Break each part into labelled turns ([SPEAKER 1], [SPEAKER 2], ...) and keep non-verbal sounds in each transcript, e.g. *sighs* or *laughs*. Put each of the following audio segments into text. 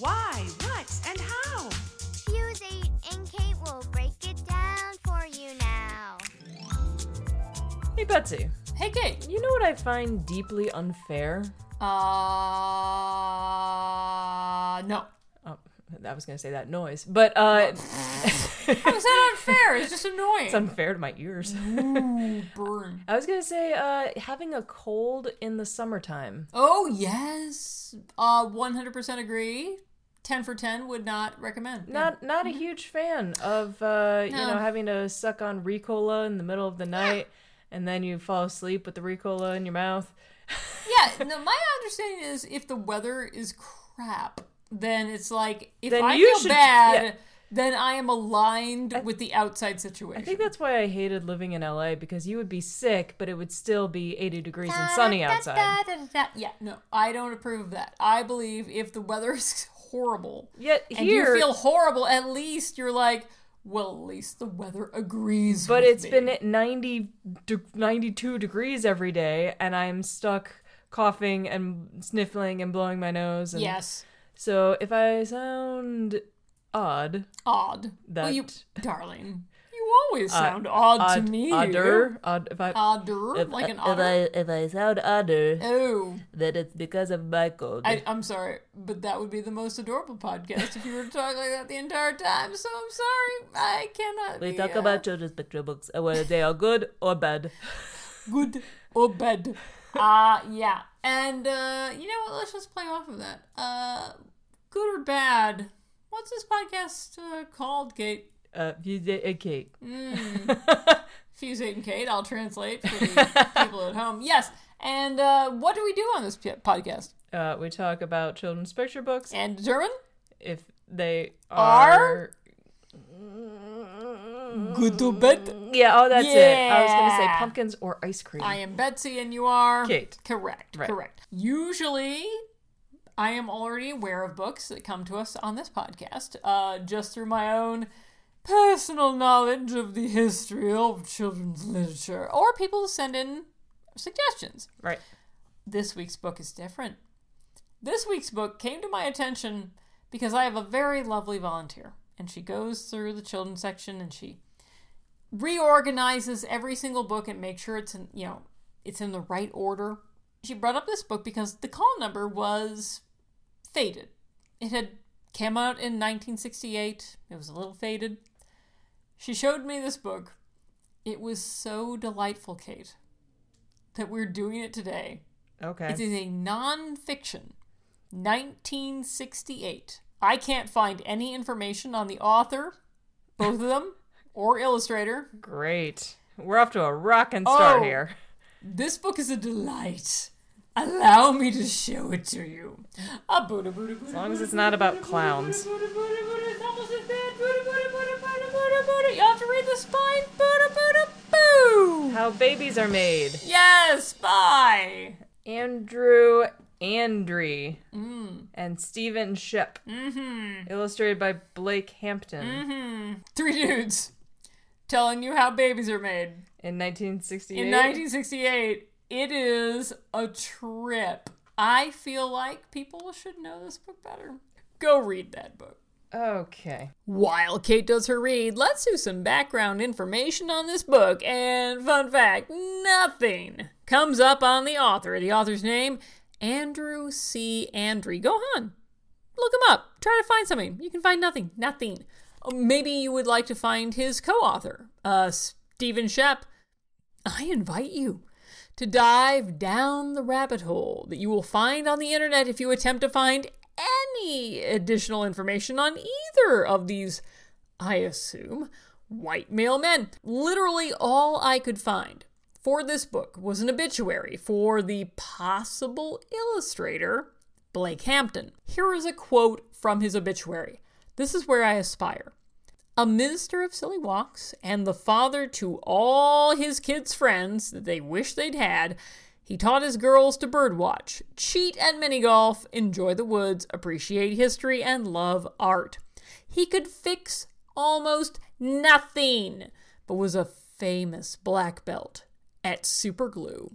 [SPEAKER 1] Why, what, and how?
[SPEAKER 2] Fuse 8 and Kate will break it down for you now.
[SPEAKER 3] Hey Betsy,
[SPEAKER 4] Hey, Kate.
[SPEAKER 3] you know what I find deeply unfair?
[SPEAKER 4] Uh, no.
[SPEAKER 3] Oh, I was gonna say that noise, but *laughs* uh,
[SPEAKER 4] How is that unfair? It's just annoying.
[SPEAKER 3] it's unfair to my ears.
[SPEAKER 4] burn.
[SPEAKER 3] *laughs* I was gonna say uh, having a cold in the summertime.
[SPEAKER 4] *laughs* Oh yes. Uh, one hundred percent agree. Ten for ten would not recommend.
[SPEAKER 3] Not not a huge fan of uh, you know
[SPEAKER 4] Mm-hmm. No.
[SPEAKER 3] having to suck on Ricola in the middle of the night, and then you fall asleep with the Ricola in your mouth.
[SPEAKER 4] *laughs* Yeah. No, my understanding is if the weather is crap, then it's like if
[SPEAKER 3] Then
[SPEAKER 4] I
[SPEAKER 3] you
[SPEAKER 4] feel
[SPEAKER 3] should-
[SPEAKER 4] bad,
[SPEAKER 3] yeah.
[SPEAKER 4] then I am aligned with the outside situation.
[SPEAKER 3] I think that's why I hated living in LA because you would be sick, but it would still be 80 degrees and sunny outside.
[SPEAKER 4] Uh, Yeah. No, I don't approve of that. I believe if the weather *laughs* is horrible,
[SPEAKER 3] Yet
[SPEAKER 4] and
[SPEAKER 3] here,
[SPEAKER 4] you feel horrible, at least you're like, well, at least the weather agrees.
[SPEAKER 3] But
[SPEAKER 4] it's
[SPEAKER 3] it's been at 90 de- 92 degrees every day, and I'm stuck coughing and sniffling and blowing my nose. And
[SPEAKER 4] yes,
[SPEAKER 3] So if I sound odd,
[SPEAKER 4] odd. well, you,
[SPEAKER 3] That- Uh,
[SPEAKER 4] darling, you always sound odd,
[SPEAKER 3] odd
[SPEAKER 4] to me.
[SPEAKER 3] odder, odd, if I,
[SPEAKER 4] odder,
[SPEAKER 3] if,
[SPEAKER 4] like an
[SPEAKER 3] if
[SPEAKER 4] otter.
[SPEAKER 3] I if I sound odder,
[SPEAKER 4] oh,
[SPEAKER 3] then it's because of my cold.
[SPEAKER 4] I, oh, I'm sorry, but that would be the most adorable podcast if you were to talk like that the entire time. So I'm sorry, I cannot.
[SPEAKER 3] we
[SPEAKER 4] be,
[SPEAKER 3] talk
[SPEAKER 4] uh,
[SPEAKER 3] about children's picture books and whether they are good or bad.
[SPEAKER 4] good or bad. Uh, yeah. And uh, you know what? Let's just play off of that. Uh, good or bad. What's this podcast uh, called, Kate?
[SPEAKER 3] Uh, you did- okay.
[SPEAKER 4] Mm. Fuse 8 and Kate. I'll translate
[SPEAKER 3] *laughs*
[SPEAKER 4] for the people at home. Yes. And uh, what do we do on this p- podcast?
[SPEAKER 3] Uh, we talk about children's picture books
[SPEAKER 4] And determine
[SPEAKER 3] if they
[SPEAKER 4] Are?
[SPEAKER 3] are
[SPEAKER 4] good or bad.
[SPEAKER 3] Yeah, oh, that's it. I was going to say
[SPEAKER 4] Yeah.
[SPEAKER 3] pumpkins or ice cream.
[SPEAKER 4] I am Betsy and you are
[SPEAKER 3] Kate.
[SPEAKER 4] Correct.
[SPEAKER 3] Right.
[SPEAKER 4] Correct. Usually I am already aware of books that come to us on this podcast, uh, just through my own personal knowledge of the history of children's literature, or people send in suggestions.
[SPEAKER 3] right.
[SPEAKER 4] This week's book is different. This week's book came to my attention because I have a very lovely volunteer, and she goes through the children's section and she reorganizes every single book and makes sure it's in, you know, it's in the right order. She brought up this book because the call number was faded. It had came out in 1968. It was a little faded. She showed me this book. It was so delightful, Kate, that we're doing it today.
[SPEAKER 3] Okay.
[SPEAKER 4] It is a nonfiction, 1968. I can't find any information on the author, both of them, or illustrator.
[SPEAKER 3] Great. We're off to a rockin' start
[SPEAKER 4] Oh.
[SPEAKER 3] here.
[SPEAKER 4] This book is a delight. Allow me to show it to you. Ah, Buddha, Buddha, Buddha,
[SPEAKER 3] As long as it's not about clowns.
[SPEAKER 4] Buddha, Buddha, Buddha, it's almost as bad. Buddha, Buddha, Buddha, Buddha, Buddha, Buddha. You have to read the spine. Buddha, Buddha, boo.
[SPEAKER 3] How babies are made.
[SPEAKER 4] Yes, spy.
[SPEAKER 3] Andrew Andre
[SPEAKER 4] Mm.
[SPEAKER 3] and Stephen Shep.
[SPEAKER 4] Mm-hmm.
[SPEAKER 3] Illustrated by Blake Hampton
[SPEAKER 4] Three dudes telling you how babies are made.
[SPEAKER 3] in 1968.
[SPEAKER 4] In 1968, it is a trip. I feel like people should know this book better. Go read that book.
[SPEAKER 3] okay.
[SPEAKER 4] While Kate does her read, let's do some background information on this book. And fun fact nothing comes up on the author. The author's name, Andrew C. Andre. Go on. Look him up. Try to find something. You can find nothing. Nothing. Oh, Maybe you would like to find his co author, uh, Stephen Shep. I invite you to dive down the rabbit hole that you will find on the internet if you attempt to find any additional information on either of these, I assume, white male men. Literally, all I could find for this book was an obituary for the possible illustrator, Blake Hampton. Here is a quote from his obituary This is where I aspire. A minister of silly walks and the father to all his kids' friends that they wish they'd had, he taught his girls to birdwatch, cheat at mini golf, enjoy the woods, appreciate history, and love art. He could fix almost nothing, but was a famous black belt at super glue.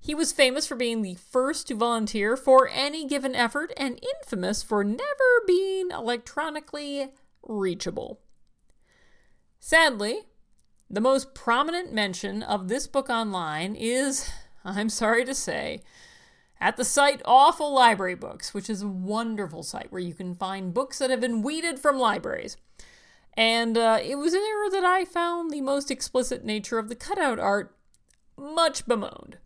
[SPEAKER 4] He was famous for being the first to volunteer for any given effort and infamous for never being electronically reachable. Sadly, the most prominent mention of this book online is, I'm sorry to say, at the site Awful Library Books, which is a wonderful site where you can find books that have been weeded from libraries. And uh, it was an era that I found the most explicit nature of the cutout art much bemoaned.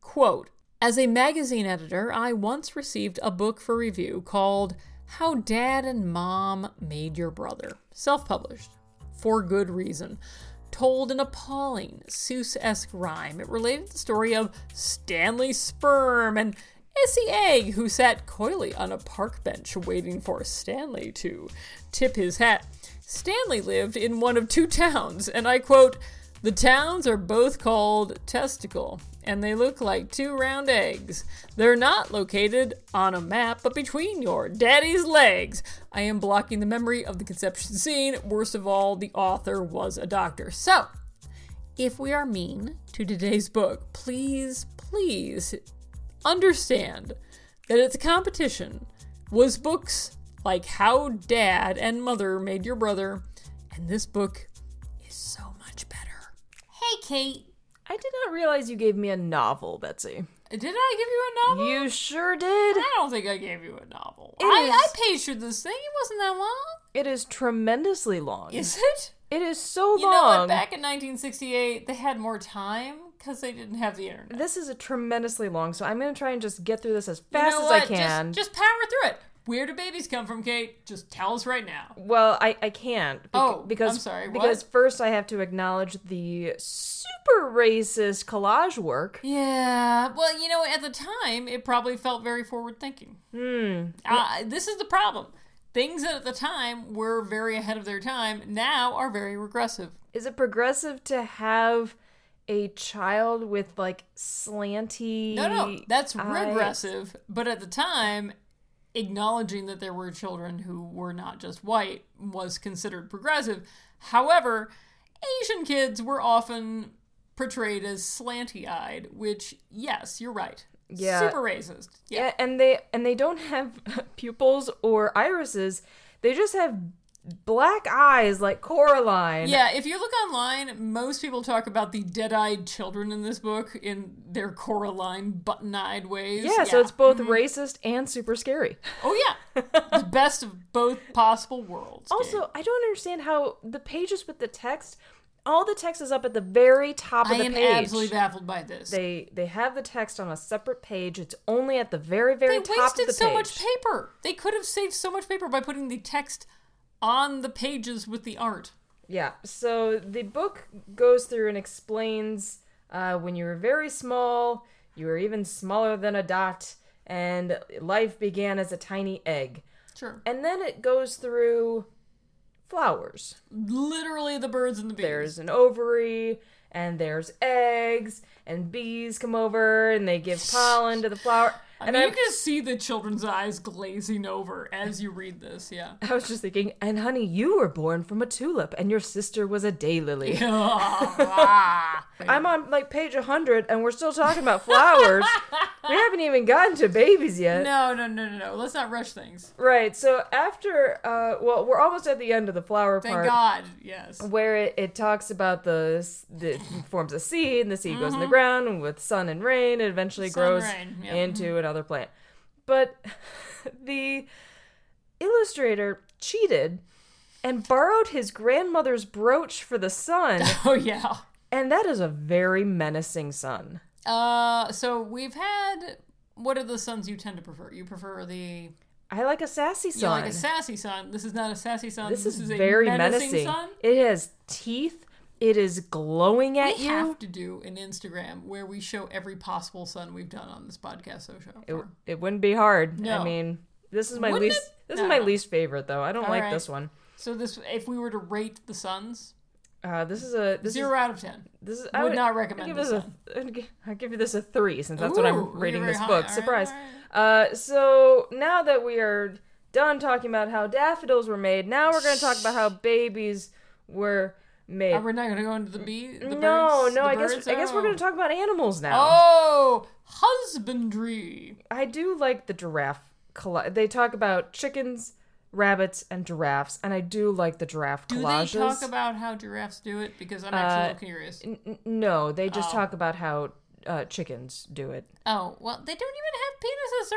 [SPEAKER 4] Quote As a magazine editor, I once received a book for review called How Dad and Mom Made Your Brother, self published, for good reason. Told in appalling Seuss esque rhyme, it related the story of Stanley Sperm and Essie Egg, who sat coyly on a park bench waiting for Stanley to tip his hat. Stanley lived in one of two towns, and I quote, the towns are both called Testicle, and they look like two round eggs. They're not located on a map, but between your daddy's legs. I am blocking the memory of the conception scene. Worst of all, the author was a doctor. So, if we are mean to today's book, please, please understand that its competition was books like How Dad and Mother Made Your Brother, and this book is so much better.
[SPEAKER 2] Hey, Kate.
[SPEAKER 3] I did not realize you gave me a novel, Betsy.
[SPEAKER 4] Did I give you a novel?
[SPEAKER 3] You sure did.
[SPEAKER 4] I don't think I gave you a novel.
[SPEAKER 3] It
[SPEAKER 4] I,
[SPEAKER 3] is-
[SPEAKER 4] I paged through this thing. It wasn't that long.
[SPEAKER 3] It is tremendously long.
[SPEAKER 4] *laughs* Is it?
[SPEAKER 3] It is so
[SPEAKER 4] You know
[SPEAKER 3] long.
[SPEAKER 4] what? Back in 1968, they had more time because they didn't have the internet.
[SPEAKER 3] this is a tremendously long, so I'm gonna try and just get through this as
[SPEAKER 4] You
[SPEAKER 3] fast
[SPEAKER 4] know
[SPEAKER 3] as I
[SPEAKER 4] what? Just-
[SPEAKER 3] can.
[SPEAKER 4] Just, power through it. Where do babies come from, Kate? Just tell us right now.
[SPEAKER 3] Well, I, I can't. bec-
[SPEAKER 4] Oh,
[SPEAKER 3] because
[SPEAKER 4] I'm sorry, what?
[SPEAKER 3] because first I have to acknowledge the super racist collage work.
[SPEAKER 4] Yeah. Well, you know, at the time, it probably felt very forward thinking. Hmm. Uh, this is the problem. Things that at the time were very ahead of their time now are very regressive.
[SPEAKER 3] Is it progressive to have a child with like slanty?
[SPEAKER 4] No, no, that's
[SPEAKER 3] eyes?
[SPEAKER 4] regressive. But at the time, acknowledging that there were children who were not just white was considered progressive. However, Asian kids were often portrayed as slanty eyed, which, yes, you're right.
[SPEAKER 3] Yeah.
[SPEAKER 4] Super racist. Yeah.
[SPEAKER 3] Yeah, and they and they don't have *laughs* pupils or irises. They just have black eyes like Coraline.
[SPEAKER 4] Yeah, if you look online, most people talk about the dead eyed children in this book in their Coraline button eyed ways.
[SPEAKER 3] Yeah, so it's both
[SPEAKER 4] Mm-hmm.
[SPEAKER 3] racist and super scary. *laughs*
[SPEAKER 4] Oh, yeah. the best of both possible worlds. Gabe.
[SPEAKER 3] Also, I don't understand how the pages with the text, all the text is up at the very top of
[SPEAKER 4] I
[SPEAKER 3] the
[SPEAKER 4] am
[SPEAKER 3] page.
[SPEAKER 4] absolutely baffled by this.
[SPEAKER 3] they they have the text on a separate page. It's only at the very very
[SPEAKER 4] They
[SPEAKER 3] top of
[SPEAKER 4] wasted
[SPEAKER 3] the
[SPEAKER 4] so
[SPEAKER 3] page.
[SPEAKER 4] much paper. They could have saved so much paper by putting the text on the pages with the art.
[SPEAKER 3] yeah. So the book goes through and explains uh, when you were very small, you were even smaller than a dot, and life began as a tiny egg.
[SPEAKER 4] Sure.
[SPEAKER 3] And then it goes through flowers.
[SPEAKER 4] Literally the birds and the bees.
[SPEAKER 3] there's an ovary and there's eggs and bees come over and they give pollen to the flower
[SPEAKER 4] I
[SPEAKER 3] and
[SPEAKER 4] mean,
[SPEAKER 3] I,
[SPEAKER 4] you can see the children's eyes glazing over as you read
[SPEAKER 3] *laughs*
[SPEAKER 4] this. Yeah. *laughs*
[SPEAKER 3] I was just thinking and honey you were born from a tulip and your sister was a daylily i'm on like page 100 and we're still talking about
[SPEAKER 4] *laughs*
[SPEAKER 3] flowers we haven't even gotten to babies yet
[SPEAKER 4] No, no, no, no, no. Let's not rush things.
[SPEAKER 3] right so after uh well we're almost at the end of the flower
[SPEAKER 4] Thank
[SPEAKER 3] part
[SPEAKER 4] God.
[SPEAKER 3] *laughs*
[SPEAKER 4] Yes.
[SPEAKER 3] where it, it talks about the s- the it forms a seed and the seed goes in the ground and with sun and rain it eventually
[SPEAKER 4] Mm-hmm. Sun,
[SPEAKER 3] grows
[SPEAKER 4] rain, yeah. Mm-hmm.
[SPEAKER 3] into another plant but *laughs* the illustrator cheated and borrowed his grandmother's brooch for the
[SPEAKER 4] *laughs*
[SPEAKER 3] sun
[SPEAKER 4] Oh, yeah.
[SPEAKER 3] and that is a very menacing sun
[SPEAKER 4] Uh, so we've had. What are the sons you tend to prefer? You prefer the
[SPEAKER 3] i like a sassy
[SPEAKER 4] you
[SPEAKER 3] sun
[SPEAKER 4] like a sassy son. This is not a sassy son.
[SPEAKER 3] this, is,
[SPEAKER 4] a
[SPEAKER 3] very
[SPEAKER 4] menacing,
[SPEAKER 3] menacing,
[SPEAKER 4] son.
[SPEAKER 3] it has teeth it is glowing at
[SPEAKER 4] We
[SPEAKER 3] you
[SPEAKER 4] have to do an Instagram where we show every possible son we've done on this podcast so show.
[SPEAKER 3] it, it wouldn't be hard.
[SPEAKER 4] No.
[SPEAKER 3] I mean, this is my
[SPEAKER 4] Wouldn't
[SPEAKER 3] least.
[SPEAKER 4] it?
[SPEAKER 3] This
[SPEAKER 4] No,
[SPEAKER 3] is my
[SPEAKER 4] no.
[SPEAKER 3] least favorite though. I don't
[SPEAKER 4] All
[SPEAKER 3] like
[SPEAKER 4] right.
[SPEAKER 3] this one.
[SPEAKER 4] So this, if we were to rate the Suns,
[SPEAKER 3] Uh, this is a this
[SPEAKER 4] zero out of ten.
[SPEAKER 3] is this is
[SPEAKER 4] Would
[SPEAKER 3] I would
[SPEAKER 4] not
[SPEAKER 3] I'd
[SPEAKER 4] recommend
[SPEAKER 3] give
[SPEAKER 4] this
[SPEAKER 3] this. a, I'd gi- I'd give you this a three since that's what
[SPEAKER 4] Ooh,
[SPEAKER 3] I'm
[SPEAKER 4] you're
[SPEAKER 3] rating
[SPEAKER 4] very
[SPEAKER 3] this
[SPEAKER 4] high.
[SPEAKER 3] book.
[SPEAKER 4] All right,
[SPEAKER 3] Surprise.
[SPEAKER 4] all right.
[SPEAKER 3] Uh, so now that we are done talking about how daffodils were made, now we're going to talk about how babies were made.
[SPEAKER 4] Uh, we're not gonna go into the bee. The
[SPEAKER 3] no,
[SPEAKER 4] birds,
[SPEAKER 3] no,
[SPEAKER 4] the
[SPEAKER 3] I guess
[SPEAKER 4] birds?
[SPEAKER 3] I guess we're
[SPEAKER 4] Oh.
[SPEAKER 3] going to talk about animals now.
[SPEAKER 4] Oh, husbandry.
[SPEAKER 3] I do like the giraffe. Colla- they talk about chickens, rabbits, and giraffes, and I do like the giraffe
[SPEAKER 4] Do
[SPEAKER 3] collages. Uh,
[SPEAKER 4] they talk about how giraffes do it? Because I'm actually a little curious.
[SPEAKER 3] N- n- no, they just talk about how uh, chickens do it.
[SPEAKER 4] Oh, well, they don't even have penises.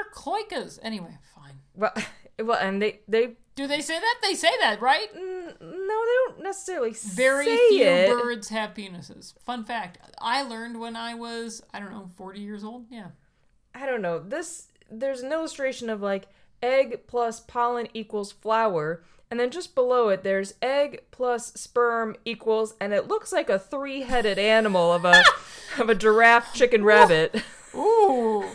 [SPEAKER 4] They're cloacas. Anyway, fine.
[SPEAKER 3] Well, *laughs* well, and they they mm,
[SPEAKER 4] Do they say that? They say that, right?
[SPEAKER 3] no, they don't necessarily
[SPEAKER 4] Very
[SPEAKER 3] say
[SPEAKER 4] few
[SPEAKER 3] it.
[SPEAKER 4] birds have penises. Fun fact I learned when I was, I don't know, 40 years old. Yeah.
[SPEAKER 3] I don't know. This there's an illustration of like egg plus pollen equals flower, and then just below it there's egg plus sperm equals, and it looks like a three-headed animal of a *laughs* of a giraffe, chicken, rabbit. *laughs*
[SPEAKER 4] Ooh.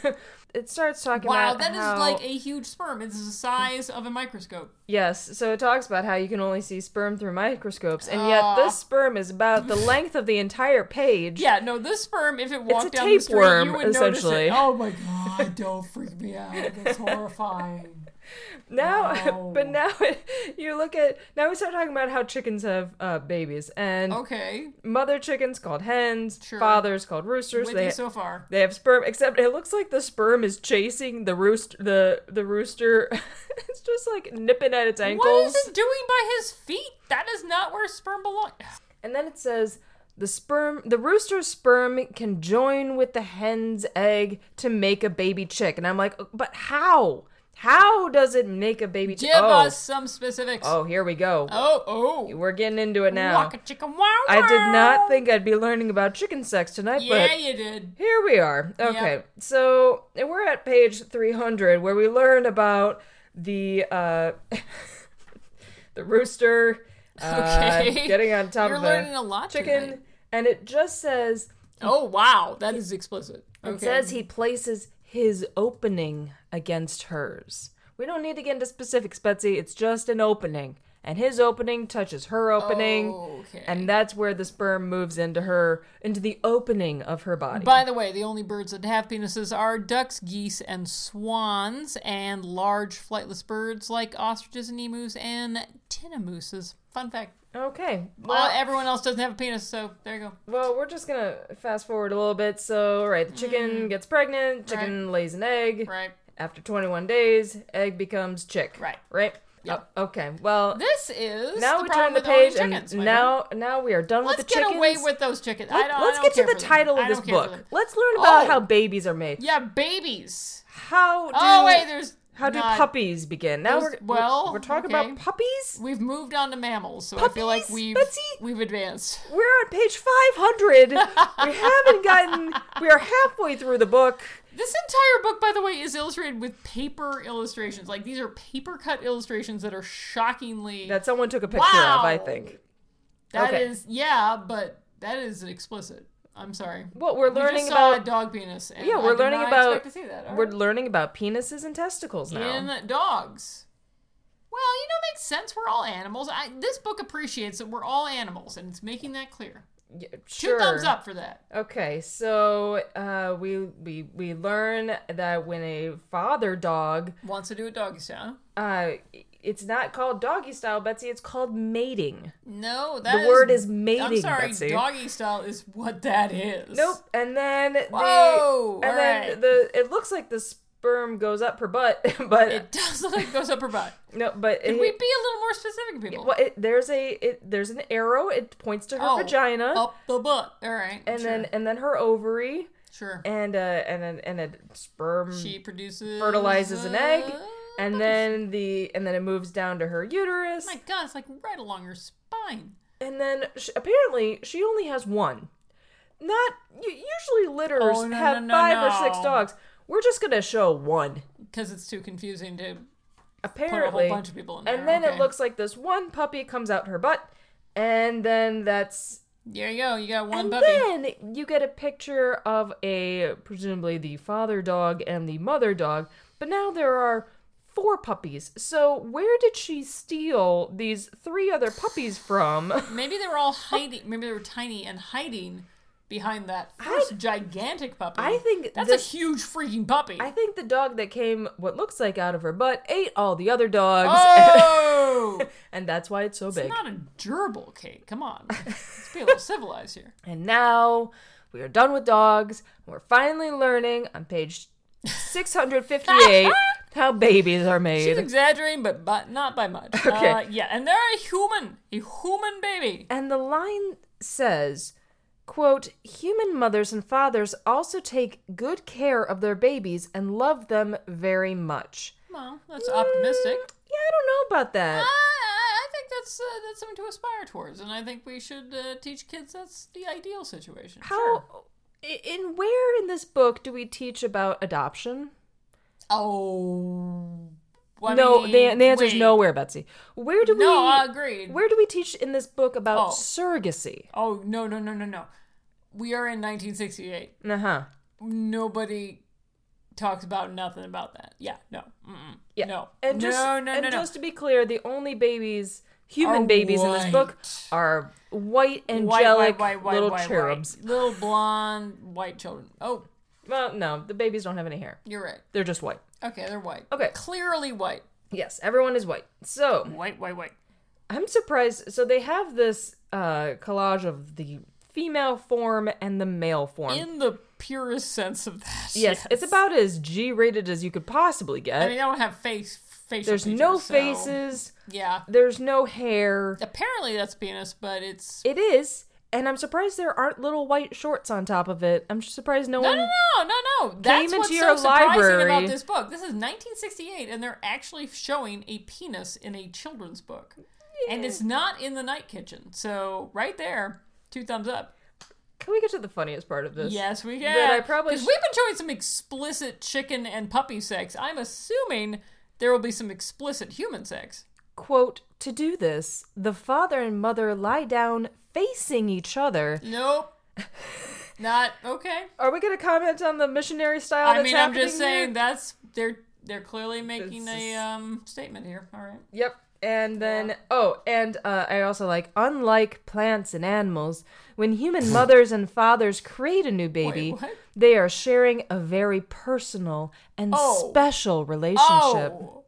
[SPEAKER 3] It starts talking
[SPEAKER 4] *laughs* wow,
[SPEAKER 3] about
[SPEAKER 4] that is
[SPEAKER 3] how,
[SPEAKER 4] like a huge sperm. It's the size of a microscope.
[SPEAKER 3] yes. So it talks about how you can only see sperm through microscopes, and yet this sperm is about the length of the entire page.
[SPEAKER 4] Yeah, no, this sperm, if it walked down the street,
[SPEAKER 3] tapeworm,
[SPEAKER 4] you would
[SPEAKER 3] essentially.
[SPEAKER 4] notice it. Oh my god, don't freak me out. That's horrifying.
[SPEAKER 3] Now, *laughs*
[SPEAKER 4] Wow.
[SPEAKER 3] but now you look at now we start talking about how chickens have uh, babies, and
[SPEAKER 4] Okay,
[SPEAKER 3] mother chickens called hens,
[SPEAKER 4] Sure.
[SPEAKER 3] fathers called roosters.
[SPEAKER 4] with
[SPEAKER 3] They,
[SPEAKER 4] you so far.
[SPEAKER 3] they have sperm, except it looks like the sperm is chasing the roost the the rooster. *laughs* it's just like nipping at its ankles.
[SPEAKER 4] What is it doing by his feet? That is not where sperm belongs.
[SPEAKER 3] And then it says the sperm the rooster's sperm can join with the hen's egg to make a baby chick. And I'm like, "Uh, but how? How does it make a baby chick?
[SPEAKER 4] Give
[SPEAKER 3] oh.
[SPEAKER 4] us some specifics.
[SPEAKER 3] oh, here we go.
[SPEAKER 4] oh, oh.
[SPEAKER 3] We're getting into it now.
[SPEAKER 4] Waka chicka wow.
[SPEAKER 3] I did
[SPEAKER 4] wow.
[SPEAKER 3] not think I'd be learning about chicken sex tonight,
[SPEAKER 4] Yeah,
[SPEAKER 3] but
[SPEAKER 4] you did.
[SPEAKER 3] here we are. Okay,
[SPEAKER 4] Yep.
[SPEAKER 3] so we're at page 300 where we learn about the uh, *laughs* the rooster uh,
[SPEAKER 4] Okay.
[SPEAKER 3] getting on top
[SPEAKER 4] You're
[SPEAKER 3] of
[SPEAKER 4] learning
[SPEAKER 3] a
[SPEAKER 4] a lot
[SPEAKER 3] chicken,
[SPEAKER 4] tonight.
[SPEAKER 3] and it just says
[SPEAKER 4] Oh wow, that is explicit. Okay.
[SPEAKER 3] it says he places his opening against hers. We don't need to get into specifics, Betsy. It's just an opening, and his opening touches her opening.
[SPEAKER 4] Okay.
[SPEAKER 3] And that's where the sperm moves into her, into the opening of her body.
[SPEAKER 4] By the way, the only birds that have penises are ducks, geese, and swans, and large flightless birds like ostriches and emus and tinnamooses. Fun fact.
[SPEAKER 3] okay.
[SPEAKER 4] Well,
[SPEAKER 3] Well,
[SPEAKER 4] everyone else doesn't have a penis, so there you go.
[SPEAKER 3] well, we're just gonna fast forward a little bit. So, right, the chicken gets pregnant. Chicken lays an egg.
[SPEAKER 4] Mm-hmm. Right.
[SPEAKER 3] After 21 days, egg becomes chick.
[SPEAKER 4] Right.
[SPEAKER 3] Right.
[SPEAKER 4] Yep.
[SPEAKER 3] Oh, okay. Well,
[SPEAKER 4] This is
[SPEAKER 3] now
[SPEAKER 4] the
[SPEAKER 3] we turn
[SPEAKER 4] problem
[SPEAKER 3] the
[SPEAKER 4] with owning
[SPEAKER 3] page, and
[SPEAKER 4] chickens, my friend.
[SPEAKER 3] now now we are done
[SPEAKER 4] let's
[SPEAKER 3] with the
[SPEAKER 4] get
[SPEAKER 3] chickens.
[SPEAKER 4] away with those chickens. I don't,
[SPEAKER 3] Let's
[SPEAKER 4] I don't
[SPEAKER 3] get
[SPEAKER 4] care
[SPEAKER 3] to the
[SPEAKER 4] for them.
[SPEAKER 3] title
[SPEAKER 4] I
[SPEAKER 3] of this
[SPEAKER 4] don't care for
[SPEAKER 3] book.
[SPEAKER 4] them.
[SPEAKER 3] Let's learn about
[SPEAKER 4] Oh.
[SPEAKER 3] how babies are made.
[SPEAKER 4] Yeah, babies.
[SPEAKER 3] How do
[SPEAKER 4] oh wait, there's
[SPEAKER 3] how do
[SPEAKER 4] not-
[SPEAKER 3] puppies begin? Now
[SPEAKER 4] Those-
[SPEAKER 3] we're
[SPEAKER 4] well,
[SPEAKER 3] we're talking
[SPEAKER 4] okay.
[SPEAKER 3] about puppies.
[SPEAKER 4] We've moved on to mammals, so I feel like
[SPEAKER 3] Puppies?
[SPEAKER 4] we've
[SPEAKER 3] Betsy?
[SPEAKER 4] we've advanced.
[SPEAKER 3] We're on page 500.
[SPEAKER 4] *laughs*
[SPEAKER 3] we haven't gotten. We are halfway through the book.
[SPEAKER 4] This entire book, by the way, is illustrated with paper illustrations. Like these are paper cut illustrations that are shockingly
[SPEAKER 3] That someone took a picture of, I
[SPEAKER 4] Wow.
[SPEAKER 3] think.
[SPEAKER 4] That
[SPEAKER 3] okay.
[SPEAKER 4] is- yeah, but that is explicit. I'm sorry.
[SPEAKER 3] What we're
[SPEAKER 4] We
[SPEAKER 3] learning
[SPEAKER 4] just saw
[SPEAKER 3] about.
[SPEAKER 4] a dog penis. And
[SPEAKER 3] Yeah,
[SPEAKER 4] I
[SPEAKER 3] we're
[SPEAKER 4] did
[SPEAKER 3] learning
[SPEAKER 4] not
[SPEAKER 3] about-
[SPEAKER 4] expect to see that. All
[SPEAKER 3] We're
[SPEAKER 4] right.
[SPEAKER 3] learning about penises and testicles now.
[SPEAKER 4] in dogs. Well, you know, it makes sense. We're all animals. I, this book appreciates that we're all animals, and it's making that clear.
[SPEAKER 3] Yeah,
[SPEAKER 4] Two
[SPEAKER 3] sure.
[SPEAKER 4] thumbs up for that.
[SPEAKER 3] Okay, so uh, we we we learn that when a father dog,
[SPEAKER 4] Wants to do a doggy style.
[SPEAKER 3] uh, it's not called doggy style, Betsy. It's called mating.
[SPEAKER 4] No, that
[SPEAKER 3] The word is mating,
[SPEAKER 4] I'm sorry,
[SPEAKER 3] Betsy.
[SPEAKER 4] doggy style is what that is.
[SPEAKER 3] Nope. And then the
[SPEAKER 4] Whoa,
[SPEAKER 3] and
[SPEAKER 4] all
[SPEAKER 3] then
[SPEAKER 4] right.
[SPEAKER 3] the it looks like the sperm goes up her butt, *laughs* but
[SPEAKER 4] It does look like it goes up her butt.
[SPEAKER 3] no, but
[SPEAKER 4] Could
[SPEAKER 3] it,
[SPEAKER 4] we be a little more specific, people?
[SPEAKER 3] Well, it, there's a it, there's an arrow. It points to her
[SPEAKER 4] Oh,
[SPEAKER 3] vagina,
[SPEAKER 4] Up the butt. All right.
[SPEAKER 3] and
[SPEAKER 4] sure,
[SPEAKER 3] then and then her ovary,
[SPEAKER 4] sure.
[SPEAKER 3] and uh and an and a sperm,
[SPEAKER 4] she produces
[SPEAKER 3] fertilizes an egg, and
[SPEAKER 4] uh,
[SPEAKER 3] then the and then it moves down to her uterus,
[SPEAKER 4] Oh my god, it's like right along her spine.
[SPEAKER 3] and then sh apparently she only has one. Not u- usually litters
[SPEAKER 4] Oh, no,
[SPEAKER 3] have
[SPEAKER 4] no, no,
[SPEAKER 3] five or six
[SPEAKER 4] no.
[SPEAKER 3] dogs. We're just gonna show one.
[SPEAKER 4] Because it's too confusing to put a
[SPEAKER 3] Apparently,
[SPEAKER 4] whole bunch of people in there.
[SPEAKER 3] and then
[SPEAKER 4] okay.
[SPEAKER 3] it looks like this one puppy comes out her butt, and then that's
[SPEAKER 4] There you go. You got one
[SPEAKER 3] And
[SPEAKER 4] puppy.
[SPEAKER 3] then you get a picture of a presumably the father dog and the mother dog, but now there are four puppies. So where did she steal these three other puppies from? *laughs*
[SPEAKER 4] Maybe they were all hiding. Maybe they were tiny and hiding behind that first gigantic puppy.
[SPEAKER 3] I think
[SPEAKER 4] that's
[SPEAKER 3] this-
[SPEAKER 4] a huge freaking puppy.
[SPEAKER 3] I think the dog that came what looks like out of her butt ate all the other dogs.
[SPEAKER 4] oh,
[SPEAKER 3] *laughs* and that's why it's so big.
[SPEAKER 4] it's not a gerbil, Kate. Come on, let's be a little civilized here.
[SPEAKER 3] And now we are done with dogs. We're finally learning on page 658 how babies are
[SPEAKER 4] She's
[SPEAKER 3] made.
[SPEAKER 4] exaggerating, but but not by much.
[SPEAKER 3] *laughs* Okay.
[SPEAKER 4] Uh, yeah, and they're a human, a human baby.
[SPEAKER 3] And the line says, quote, human mothers and fathers also take good care of their babies and love them very much. Mm,
[SPEAKER 4] Well, that's optimistic. Uh,
[SPEAKER 3] Yeah, I don't know about that.
[SPEAKER 4] I, I I think that's uh, that's something to aspire towards, and I think we should uh, teach kids that's the ideal situation.
[SPEAKER 3] How
[SPEAKER 4] Sure.
[SPEAKER 3] i- in where in this book do we teach about adoption?
[SPEAKER 4] Oh. Well, I
[SPEAKER 3] no,
[SPEAKER 4] mean,
[SPEAKER 3] the, the answer is
[SPEAKER 4] wait.
[SPEAKER 3] nowhere, Betsy. Where do we
[SPEAKER 4] No, I agreed.
[SPEAKER 3] Where do we teach in this book about
[SPEAKER 4] Oh.
[SPEAKER 3] surrogacy?
[SPEAKER 4] Oh, no, no, no, no, no. We are in 1968.
[SPEAKER 3] Uh-huh.
[SPEAKER 4] Nobody talks about nothing about that. Yeah, no. Mm-mm.
[SPEAKER 3] Yeah.
[SPEAKER 4] No.
[SPEAKER 3] And
[SPEAKER 4] no,
[SPEAKER 3] just
[SPEAKER 4] no, no,
[SPEAKER 3] and
[SPEAKER 4] no.
[SPEAKER 3] just to be clear, the only babies human
[SPEAKER 4] Are
[SPEAKER 3] babies in this book
[SPEAKER 4] white.
[SPEAKER 3] are white
[SPEAKER 4] White,
[SPEAKER 3] angelic
[SPEAKER 4] white, white, white,
[SPEAKER 3] little
[SPEAKER 4] white, white.
[SPEAKER 3] cherubs.
[SPEAKER 4] Little blonde white children. Oh,
[SPEAKER 3] Well, no, the babies don't have any hair.
[SPEAKER 4] you're right.
[SPEAKER 3] They're just white.
[SPEAKER 4] Okay, they're white.
[SPEAKER 3] Okay.
[SPEAKER 4] Clearly white.
[SPEAKER 3] Yes, everyone is white. So,
[SPEAKER 4] White, white, white.
[SPEAKER 3] I'm surprised. So they have this uh, collage of the female form and the male form.
[SPEAKER 4] In the purest sense of that.
[SPEAKER 3] yes, it's about as G-rated as you could possibly get.
[SPEAKER 4] *laughs* I mean, I don't have face. Facial
[SPEAKER 3] there's no
[SPEAKER 4] features, so-
[SPEAKER 3] faces.
[SPEAKER 4] Yeah.
[SPEAKER 3] There's no hair.
[SPEAKER 4] Apparently that's penis, but it's
[SPEAKER 3] It is, and I'm surprised there aren't little white shorts on top of it. I'm surprised no,
[SPEAKER 4] no,
[SPEAKER 3] one.
[SPEAKER 4] no, no, no, no. That's
[SPEAKER 3] into
[SPEAKER 4] what's
[SPEAKER 3] your
[SPEAKER 4] so surprising
[SPEAKER 3] library.
[SPEAKER 4] about this book. This is 1968, and they're actually showing a penis in a children's book, and it's not in the night kitchen. So right there, two thumbs up.
[SPEAKER 3] Can we get to the funniest part of this?
[SPEAKER 4] Yes, we can.
[SPEAKER 3] That I probably
[SPEAKER 4] because
[SPEAKER 3] sh-
[SPEAKER 4] we've been showing some explicit chicken and puppy sex. I'm assuming there will be some explicit human sex.
[SPEAKER 3] Quote: To do this, the father and mother lie down facing each other. *laughs*
[SPEAKER 4] Nope. not okay.
[SPEAKER 3] Are we going to comment on the missionary style?
[SPEAKER 4] I
[SPEAKER 3] that's
[SPEAKER 4] mean, I'm
[SPEAKER 3] happening
[SPEAKER 4] just
[SPEAKER 3] here?
[SPEAKER 4] saying that's they're they're clearly making
[SPEAKER 3] This
[SPEAKER 4] a
[SPEAKER 3] is-
[SPEAKER 4] um, statement here. All right.
[SPEAKER 3] Yep. And then, oh, and uh, I also like, unlike plants and animals, when human mothers and fathers create a new baby,
[SPEAKER 4] what?
[SPEAKER 3] they are sharing a very personal and
[SPEAKER 4] Oh.
[SPEAKER 3] special relationship.
[SPEAKER 4] Oh.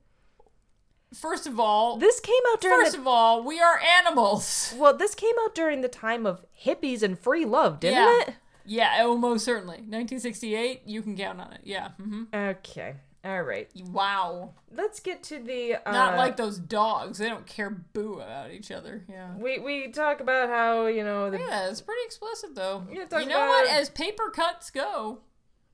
[SPEAKER 4] First of all,
[SPEAKER 3] This came out during
[SPEAKER 4] first
[SPEAKER 3] the
[SPEAKER 4] of all, we are animals.
[SPEAKER 3] well, this came out during the time of hippies and free love, *laughs* didn't
[SPEAKER 4] yeah.
[SPEAKER 3] it?
[SPEAKER 4] Yeah, oh, most certainly. 1968, you can count on it. Yeah. hmm
[SPEAKER 3] Okay. All right.
[SPEAKER 4] Wow.
[SPEAKER 3] Let's get to the uh,
[SPEAKER 4] Not like those dogs. They don't care boo about each other. Yeah.
[SPEAKER 3] we we talk about how, you know, the
[SPEAKER 4] Yeah, it's pretty explicit, though.
[SPEAKER 3] Yeah,
[SPEAKER 4] You
[SPEAKER 3] talk
[SPEAKER 4] know what?
[SPEAKER 3] about-
[SPEAKER 4] As paper cuts go,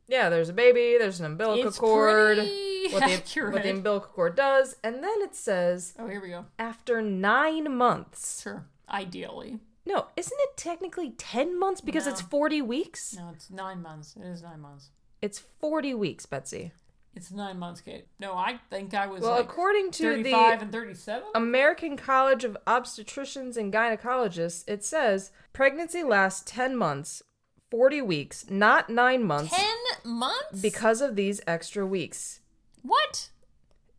[SPEAKER 3] Yeah, there's a baby, there's an umbilical
[SPEAKER 4] it's
[SPEAKER 3] cord.
[SPEAKER 4] pretty
[SPEAKER 3] What the,
[SPEAKER 4] *laughs* accurate.
[SPEAKER 3] what the umbilical cord does, and then it says
[SPEAKER 4] oh, here we go.
[SPEAKER 3] after nine months.
[SPEAKER 4] Sure. Ideally.
[SPEAKER 3] No, isn't it technically 10 months because it's 40 weeks?
[SPEAKER 4] No, it's nine months. It is nine months.
[SPEAKER 3] It's 40 weeks, Betsy.
[SPEAKER 4] It's nine months, Kate. No, I think I was
[SPEAKER 3] Well,
[SPEAKER 4] like
[SPEAKER 3] according to
[SPEAKER 4] 35
[SPEAKER 3] the
[SPEAKER 4] and 37.
[SPEAKER 3] American College of Obstetricians and Gynecologists, it says pregnancy lasts 10 months, 40 weeks, not nine months
[SPEAKER 4] 10 months?
[SPEAKER 3] because of these extra weeks.
[SPEAKER 4] What?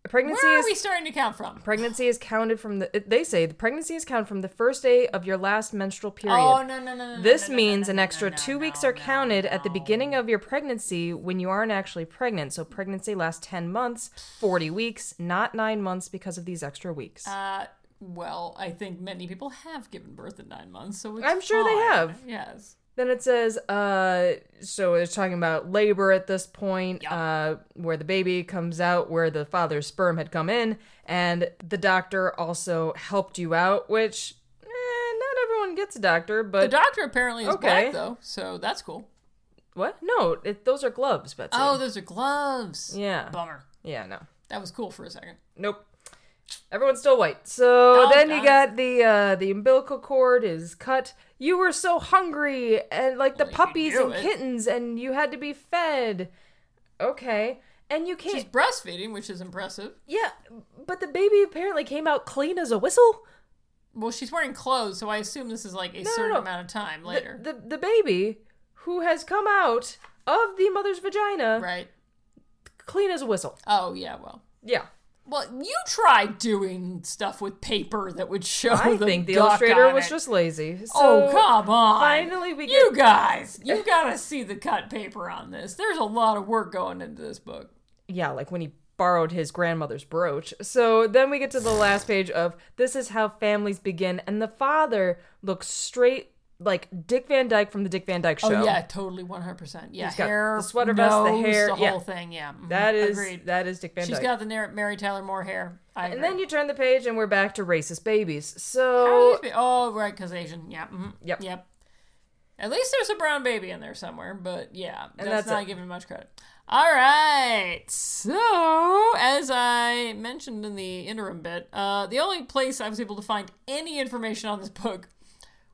[SPEAKER 3] Pregnancy
[SPEAKER 4] Where
[SPEAKER 3] is
[SPEAKER 4] are we starting to count from?
[SPEAKER 3] *laughs* Pregnancy is counted from the. They say the pregnancy is counted from the first day of your last menstrual period.
[SPEAKER 4] Oh no no no! no
[SPEAKER 3] This
[SPEAKER 4] no, no,
[SPEAKER 3] means
[SPEAKER 4] no,
[SPEAKER 3] an
[SPEAKER 4] no,
[SPEAKER 3] extra
[SPEAKER 4] no,
[SPEAKER 3] two
[SPEAKER 4] no,
[SPEAKER 3] weeks
[SPEAKER 4] no,
[SPEAKER 3] are counted at the
[SPEAKER 4] no.
[SPEAKER 3] beginning of your pregnancy when you aren't actually pregnant. So pregnancy lasts ten months, forty weeks, not nine months because of these extra weeks.
[SPEAKER 4] Uh, well, I think many people have given birth in nine months, so it's
[SPEAKER 3] I'm sure they
[SPEAKER 4] fine.
[SPEAKER 3] have.
[SPEAKER 4] Yes.
[SPEAKER 3] then it says, uh, so it's talking about labor at this point,
[SPEAKER 4] Yup.
[SPEAKER 3] uh, where the baby comes out where the father's sperm had come in, and the doctor also helped you out, which. eh, Not everyone gets a doctor, but
[SPEAKER 4] The doctor apparently is
[SPEAKER 3] Okay.
[SPEAKER 4] black though, so that's cool.
[SPEAKER 3] What? No, it, those are gloves, Betsy.
[SPEAKER 4] Oh, those are gloves.
[SPEAKER 3] yeah.
[SPEAKER 4] Bummer.
[SPEAKER 3] Yeah, no.
[SPEAKER 4] That was cool for a second.
[SPEAKER 3] Nope. Everyone's still white. So
[SPEAKER 4] Oh,
[SPEAKER 3] then you
[SPEAKER 4] darn
[SPEAKER 3] got the uh, the umbilical cord is cut. You were so hungry and like the
[SPEAKER 4] Well, you
[SPEAKER 3] puppies
[SPEAKER 4] knew
[SPEAKER 3] and
[SPEAKER 4] it.
[SPEAKER 3] kittens and you had to be fed. Okay. And you can't
[SPEAKER 4] She's breastfeeding, which is impressive.
[SPEAKER 3] Yeah, but the baby apparently came out clean as a whistle.
[SPEAKER 4] Well, she's wearing clothes, so I assume this is like a
[SPEAKER 3] no,
[SPEAKER 4] certain
[SPEAKER 3] no.
[SPEAKER 4] amount of time
[SPEAKER 3] The-
[SPEAKER 4] later,
[SPEAKER 3] The, the baby who has come out of the mother's vagina
[SPEAKER 4] right?
[SPEAKER 3] clean as a whistle.
[SPEAKER 4] Oh yeah, well,
[SPEAKER 3] Yeah.
[SPEAKER 4] Well, you tried doing stuff with paper that would show
[SPEAKER 3] I
[SPEAKER 4] the
[SPEAKER 3] think the
[SPEAKER 4] duck
[SPEAKER 3] illustrator
[SPEAKER 4] on
[SPEAKER 3] was
[SPEAKER 4] it.
[SPEAKER 3] just lazy. So
[SPEAKER 4] oh come on!
[SPEAKER 3] finally we
[SPEAKER 4] you
[SPEAKER 3] get-
[SPEAKER 4] guys,
[SPEAKER 3] *laughs*
[SPEAKER 4] you gotta see the cut paper on this. There's a lot of work going into this book.
[SPEAKER 3] yeah, like when he borrowed his grandmother's brooch. So then we get to the last page of this is how families begin, and the father looks straight like Dick Van Dyke from the Dick Van Dyke
[SPEAKER 4] Oh
[SPEAKER 3] Show.
[SPEAKER 4] yeah, totally, one hundred percent. Yeah,
[SPEAKER 3] got
[SPEAKER 4] hair,
[SPEAKER 3] the sweater vest, the
[SPEAKER 4] nose,
[SPEAKER 3] hair,
[SPEAKER 4] the whole
[SPEAKER 3] yeah.
[SPEAKER 4] thing. Yeah, mhm,
[SPEAKER 3] that is
[SPEAKER 4] agreed.
[SPEAKER 3] that is Dick Van
[SPEAKER 4] She's
[SPEAKER 3] Dyke.
[SPEAKER 4] got the Nar- Mary Tyler Moore hair. I
[SPEAKER 3] and
[SPEAKER 4] agree.
[SPEAKER 3] then you turn the page, and we're back to racist babies.
[SPEAKER 4] Oh,
[SPEAKER 3] So
[SPEAKER 4] excuse me. oh right, because Asian. Yeah. mhm,
[SPEAKER 3] Yep.
[SPEAKER 4] Yep. At least there's a brown baby in there somewhere, but yeah, that's,
[SPEAKER 3] that's
[SPEAKER 4] not
[SPEAKER 3] it.
[SPEAKER 4] giving much credit. All right. So, as I mentioned in the interim bit, uh, the only place I was able to find any information on this book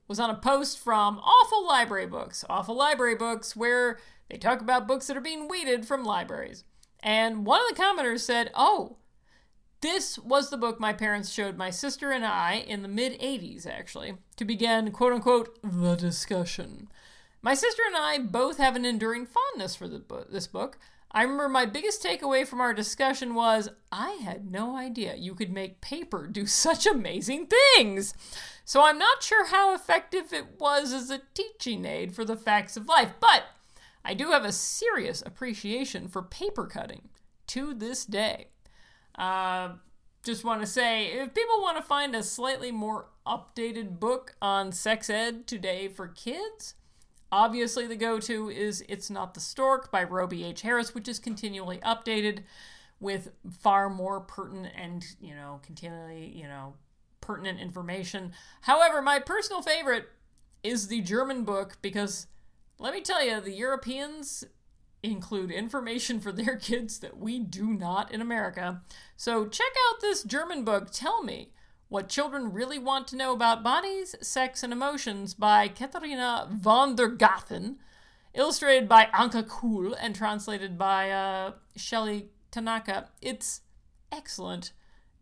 [SPEAKER 4] was on a post from Awful Library Books. Awful Library Books, where they talk about books that are being weeded from libraries. And one of the commenters said, Oh, this was the book my parents showed my sister and I in the mid 80s, actually, to begin quote unquote the discussion. My sister and I both have an enduring fondness for the bo- this book. I remember my biggest takeaway from our discussion was I had no idea you could make paper do *laughs* such amazing things. So I'm not sure how effective it was as a teaching aid for the facts of life, but I do have a serious appreciation for paper cutting to this day. Uh, just want to say if people want to find a slightly more updated book on sex ed today for kids, obviously the go to is It's Not the Stork by Roby H. Harris, which is continually updated with far more pertinent and, you know, continually, you know, pertinent information. However, my personal favorite is the German book because let me tell you, the Europeans include information for their *laughs* kids that we do not in America. So check out this German book, Tell Me What Children Really Want to Know About Bodies, Sex, and Emotions by Katharina von der Gathen, illustrated by Anka Kuhl and translated by uh, Shelley Tanaka. It's excellent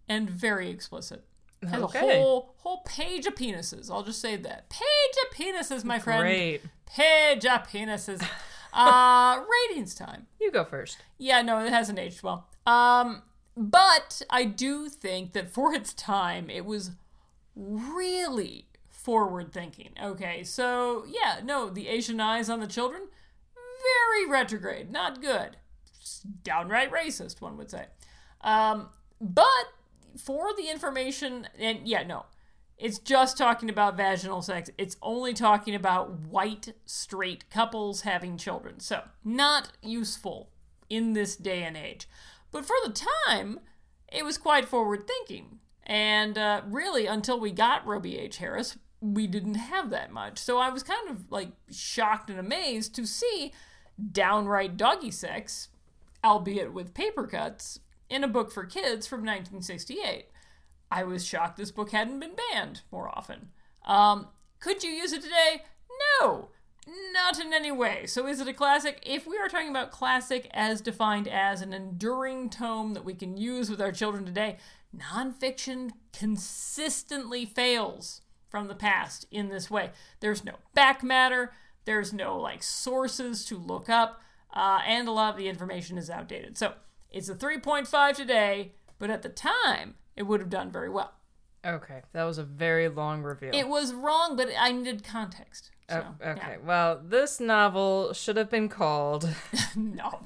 [SPEAKER 4] and very explicit. Has
[SPEAKER 3] Okay.
[SPEAKER 4] a whole whole page of penises. I'll just say that. Page of penises, my friend.
[SPEAKER 3] great.
[SPEAKER 4] Page of penises. *laughs* Uh, ratings time.
[SPEAKER 3] You go first.
[SPEAKER 4] Yeah, no, it hasn't aged well. Um, but I do think that for its time, it was really forward thinking. Okay, so yeah, no, the Asian eyes on the children, very retrograde, not good, Just downright racist, one would say. Um, but for the information, and yeah, no, it's just talking about vaginal sex. It's only talking about white straight couples having children. So, not useful in this day and age. But for the time, it was quite forward thinking. And uh, really, until we got Roby H. Harris, we didn't have that much. So I was kind of like shocked and amazed to see downright doggy sex, albeit with paper cuts, in a book for kids from 1968. I was shocked this book hadn't been banned more often. Um, could you use it today? No, not in any way. So is it a classic? If we are talking about classic as defined as an enduring tome that we can use with our children today, nonfiction consistently fails from the past in this way. There's no back matter, there's no like sources to look up, uh, and a lot of the information is outdated. So it's a 3.5 today, but at the time, it would have done very well.
[SPEAKER 3] Okay, that was a very long review.
[SPEAKER 4] It was wrong, but I needed context. So,
[SPEAKER 3] Oh, okay,
[SPEAKER 4] yeah.
[SPEAKER 3] well, this novel should have been
[SPEAKER 4] *laughs*
[SPEAKER 3] called
[SPEAKER 4] Novel.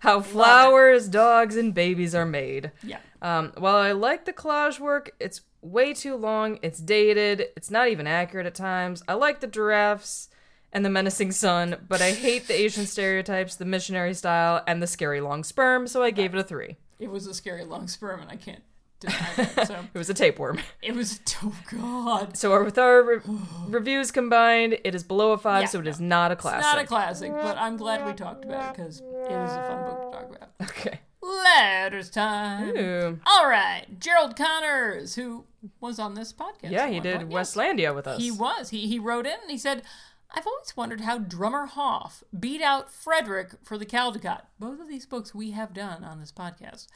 [SPEAKER 3] How Flowers, Dogs, and Babies Are Made.
[SPEAKER 4] Yeah.
[SPEAKER 3] Um, while I like the collage work, it's way too long, it's dated, it's not even accurate at times. I like the giraffes and the menacing sun, but I hate the Asian stereotypes, the missionary style, and the scary long sperm, so I gave it a three.
[SPEAKER 4] It was a scary long sperm, and I can't deny that. So
[SPEAKER 3] It was a tapeworm. *laughs*
[SPEAKER 4] it was, oh God.
[SPEAKER 3] So our, with our re-
[SPEAKER 4] *sighs*
[SPEAKER 3] reviews combined, it is below a five,
[SPEAKER 4] Yeah,
[SPEAKER 3] so it
[SPEAKER 4] no.
[SPEAKER 3] is not a
[SPEAKER 4] It's
[SPEAKER 3] classic.
[SPEAKER 4] not a classic, but I'm glad we talked about it because it is a fun book to talk about.
[SPEAKER 3] *laughs* Okay.
[SPEAKER 4] Letters time.
[SPEAKER 3] Ooh.
[SPEAKER 4] All right. Gerald Connors, who was on this podcast.
[SPEAKER 3] Yeah,
[SPEAKER 4] at
[SPEAKER 3] he
[SPEAKER 4] one
[SPEAKER 3] did
[SPEAKER 4] point. Yes.
[SPEAKER 3] Westlandia with us.
[SPEAKER 4] He was. He he wrote in and he said, "I've always wondered how drummer Hoff beat out Frederick for the Caldecott. Both of these books we have done on this podcast,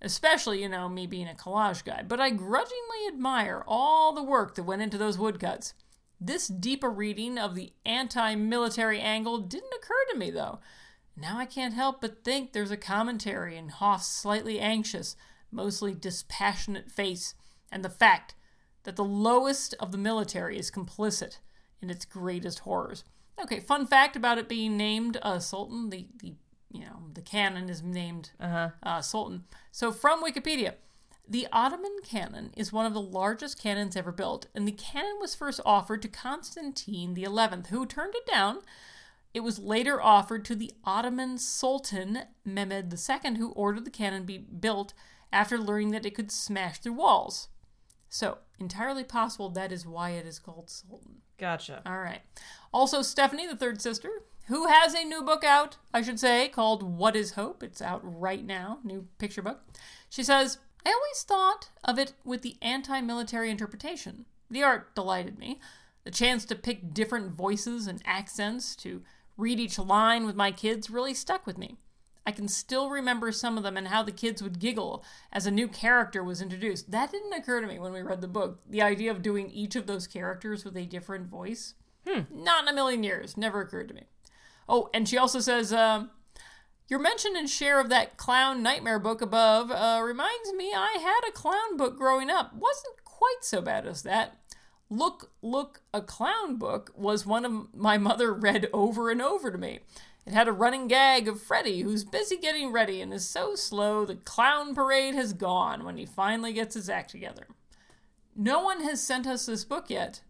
[SPEAKER 4] especially you know me being a collage guy. But I grudgingly admire all the work that went into those woodcuts. This deeper reading of the anti-military angle didn't occur to me though. Now I can't help but think there's a commentary in Hoff's slightly anxious, mostly dispassionate face, and the fact that the lowest of the military is complicit in its greatest horrors. Okay, fun fact about it being named uh, Sultan. The, the you know the cannon is named uh Sultan. So from Wikipedia, the Ottoman cannon is one of the largest cannons ever built, and the cannon was first offered to Constantine XI, who turned it down. It was later offered to the Ottoman Sultan Mehmed II, who ordered the cannon be built after learning that it could smash through walls. So, entirely possible that is why it is called Sultan.
[SPEAKER 3] Gotcha.
[SPEAKER 4] All right. Also, Stephanie, the third sister, who has a new book out, I should say, called What is Hope? It's out right now, new picture book. She says, I always thought of it with the anti military interpretation. The art delighted me. The chance to pick different voices and accents, to read each line with my kids, really stuck with me. I can still remember some of them and how the kids would giggle as a new character was introduced. That didn't occur to me when we read the book. The idea of doing each of those characters with a different voice. Not in a million years. Never occurred to me. Oh, and she also says, um, your mention and share of that clown nightmare book above uh, reminds me I had a clown book growing up. Wasn't quite so bad as that. Look, Look, a Clown book was one of my mother *laughs* read over and over to me. It had a running gag of Freddy, who's busy getting ready and is so slow the clown parade has gone when he finally gets his act together. No one has sent us this book yet,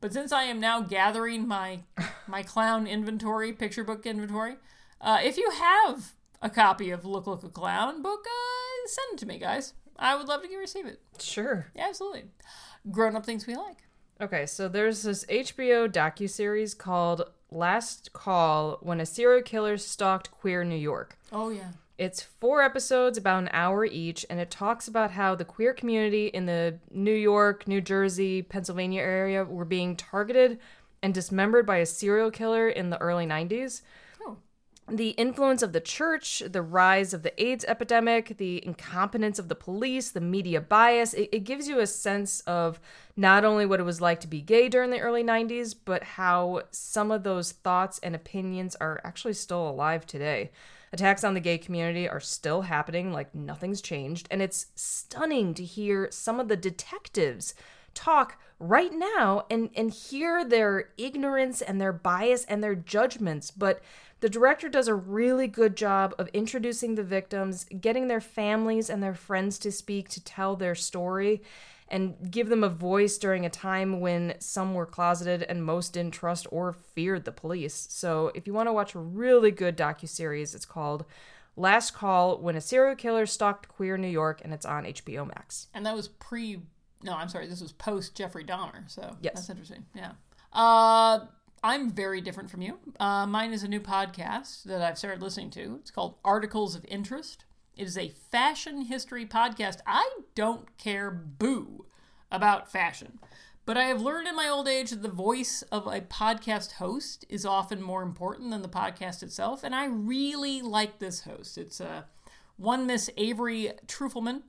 [SPEAKER 4] but since I am now gathering my *laughs* my clown inventory, picture book inventory, uh, if you have a copy of Look Look a Clown book, uh, send it to me, guys. I would love to receive it.
[SPEAKER 3] Sure.
[SPEAKER 4] Yeah, absolutely. Grown up things we like.
[SPEAKER 3] Okay, so there's this HBO docuseries called Last Call When a Serial Killer Stalked Queer New York.
[SPEAKER 4] Oh yeah.
[SPEAKER 3] It's four episodes, about an hour each, and it talks about how the queer community in the New York, New Jersey, Pennsylvania area were being targeted and dismembered by a serial killer in the early 90s. The influence of the church, the rise of the AIDS epidemic, the incompetence of the police, the media bias, it, it gives you a sense of not only what it was like to be gay during the early 90s, but how some of those thoughts and opinions are actually still alive today. Attacks on the gay community are still happening like nothing's changed, and it's stunning to hear some of the detectives talk right now and and hear their ignorance and their bias and their judgments but the director does a really good job of introducing the victims getting their families and their friends to speak to tell their story and give them a voice during a time when some were closeted and most didn't trust or feared the police so if you want to watch a really good docuseries it's called last call when a serial killer stalked queer new york and it's on hbo max
[SPEAKER 4] And that was pre. No, I'm sorry. This was post Jeffrey Dahmer. So
[SPEAKER 3] Yes.
[SPEAKER 4] that's interesting. Yeah. Uh, I'm very different from you. Uh, mine is a new podcast that I've started listening to. It's called Articles of Interest. It is a fashion history podcast. I don't care boo about fashion, but I have learned in my old age that the voice of a podcast host is often more important than the podcast itself. And I really like this host. It's uh, one Miss Avery Trufelman.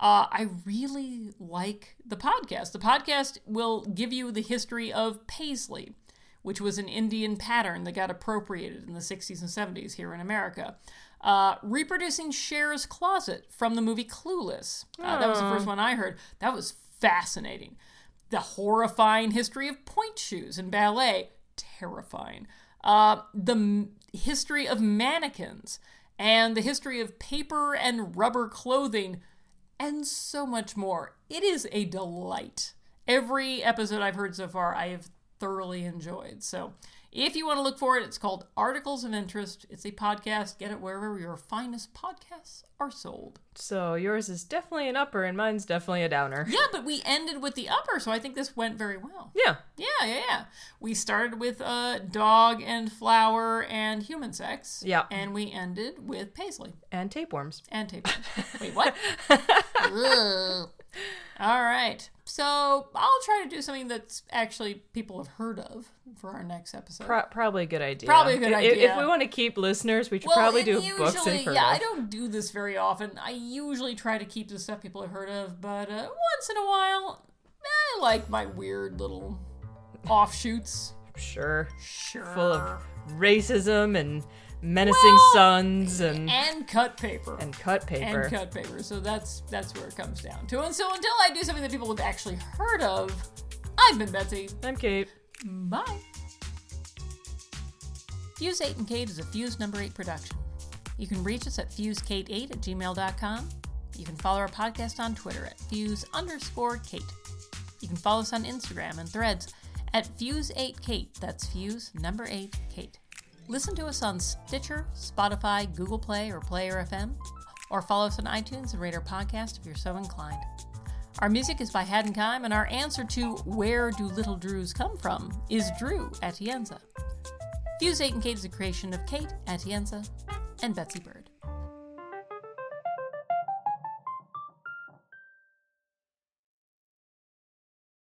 [SPEAKER 4] Uh, I really like the podcast. The podcast will give you the history of paisley, which was an Indian pattern that got appropriated in the 60s and 70s here in America. Uh, reproducing Cher's closet from the movie Clueless. Uh, that was the first one I heard. That was fascinating. The horrifying history of point shoes in ballet. Terrifying. Uh, the m- history of mannequins and the history of paper and rubber clothing and so much more. It is a delight. Every episode I've heard so far, I have thoroughly enjoyed. So, if you want to look for it, it's called Articles of Interest. It's a podcast. Get it wherever your finest podcasts are sold.
[SPEAKER 3] So yours is definitely an upper and mine's definitely a downer.
[SPEAKER 4] Yeah, but we ended with the upper, so I think this went very well.
[SPEAKER 3] Yeah.
[SPEAKER 4] Yeah, yeah, yeah. We started with uh, dog and flower and human sex.
[SPEAKER 3] Yeah.
[SPEAKER 4] And we ended with paisley.
[SPEAKER 3] And tapeworms.
[SPEAKER 4] and tape.
[SPEAKER 3] *laughs*
[SPEAKER 4] Wait, what? Ugh. All right. So I'll try to do something that's actually people have heard of for our next episode.
[SPEAKER 3] Pro- probably a good idea.
[SPEAKER 4] Probably a good
[SPEAKER 3] I- if, If
[SPEAKER 4] idea.
[SPEAKER 3] we want to keep listeners, we should
[SPEAKER 4] Well,
[SPEAKER 3] probably
[SPEAKER 4] and
[SPEAKER 3] do books and
[SPEAKER 4] yeah, I
[SPEAKER 3] photos.
[SPEAKER 4] don't do this very often. I usually try to keep the stuff people have heard of, but uh, once in a while, I like my weird little offshoots.
[SPEAKER 3] Sure.
[SPEAKER 4] Sure.
[SPEAKER 3] Full of racism and menacing
[SPEAKER 4] Well,
[SPEAKER 3] sons and
[SPEAKER 4] and cut paper.
[SPEAKER 3] and cut paper.
[SPEAKER 4] And cut paper. So that's that's where it comes down to. And so until I do something that people have actually heard of, I've been Betsy.
[SPEAKER 3] I'm Kate.
[SPEAKER 4] Bye. Fuse 8 and Kate is a Fuse number 8 production. You can reach us at fusekate8 at gmail.com. You can follow our podcast on Twitter at fuse underscore Kate. You can follow us on Instagram and threads at fuse8kate. That's fuse number 8 Kate. Listen to us on Stitcher, Spotify, Google Play, or Player FM, or follow us on iTunes and rate our podcast if you're so inclined. Our music is by Haddon Kime, and our answer to Where Do Little Drews Come From is Drew Atienza. Fuse 8 and Kate is a creation of Kate Atienza and Betsy Bird.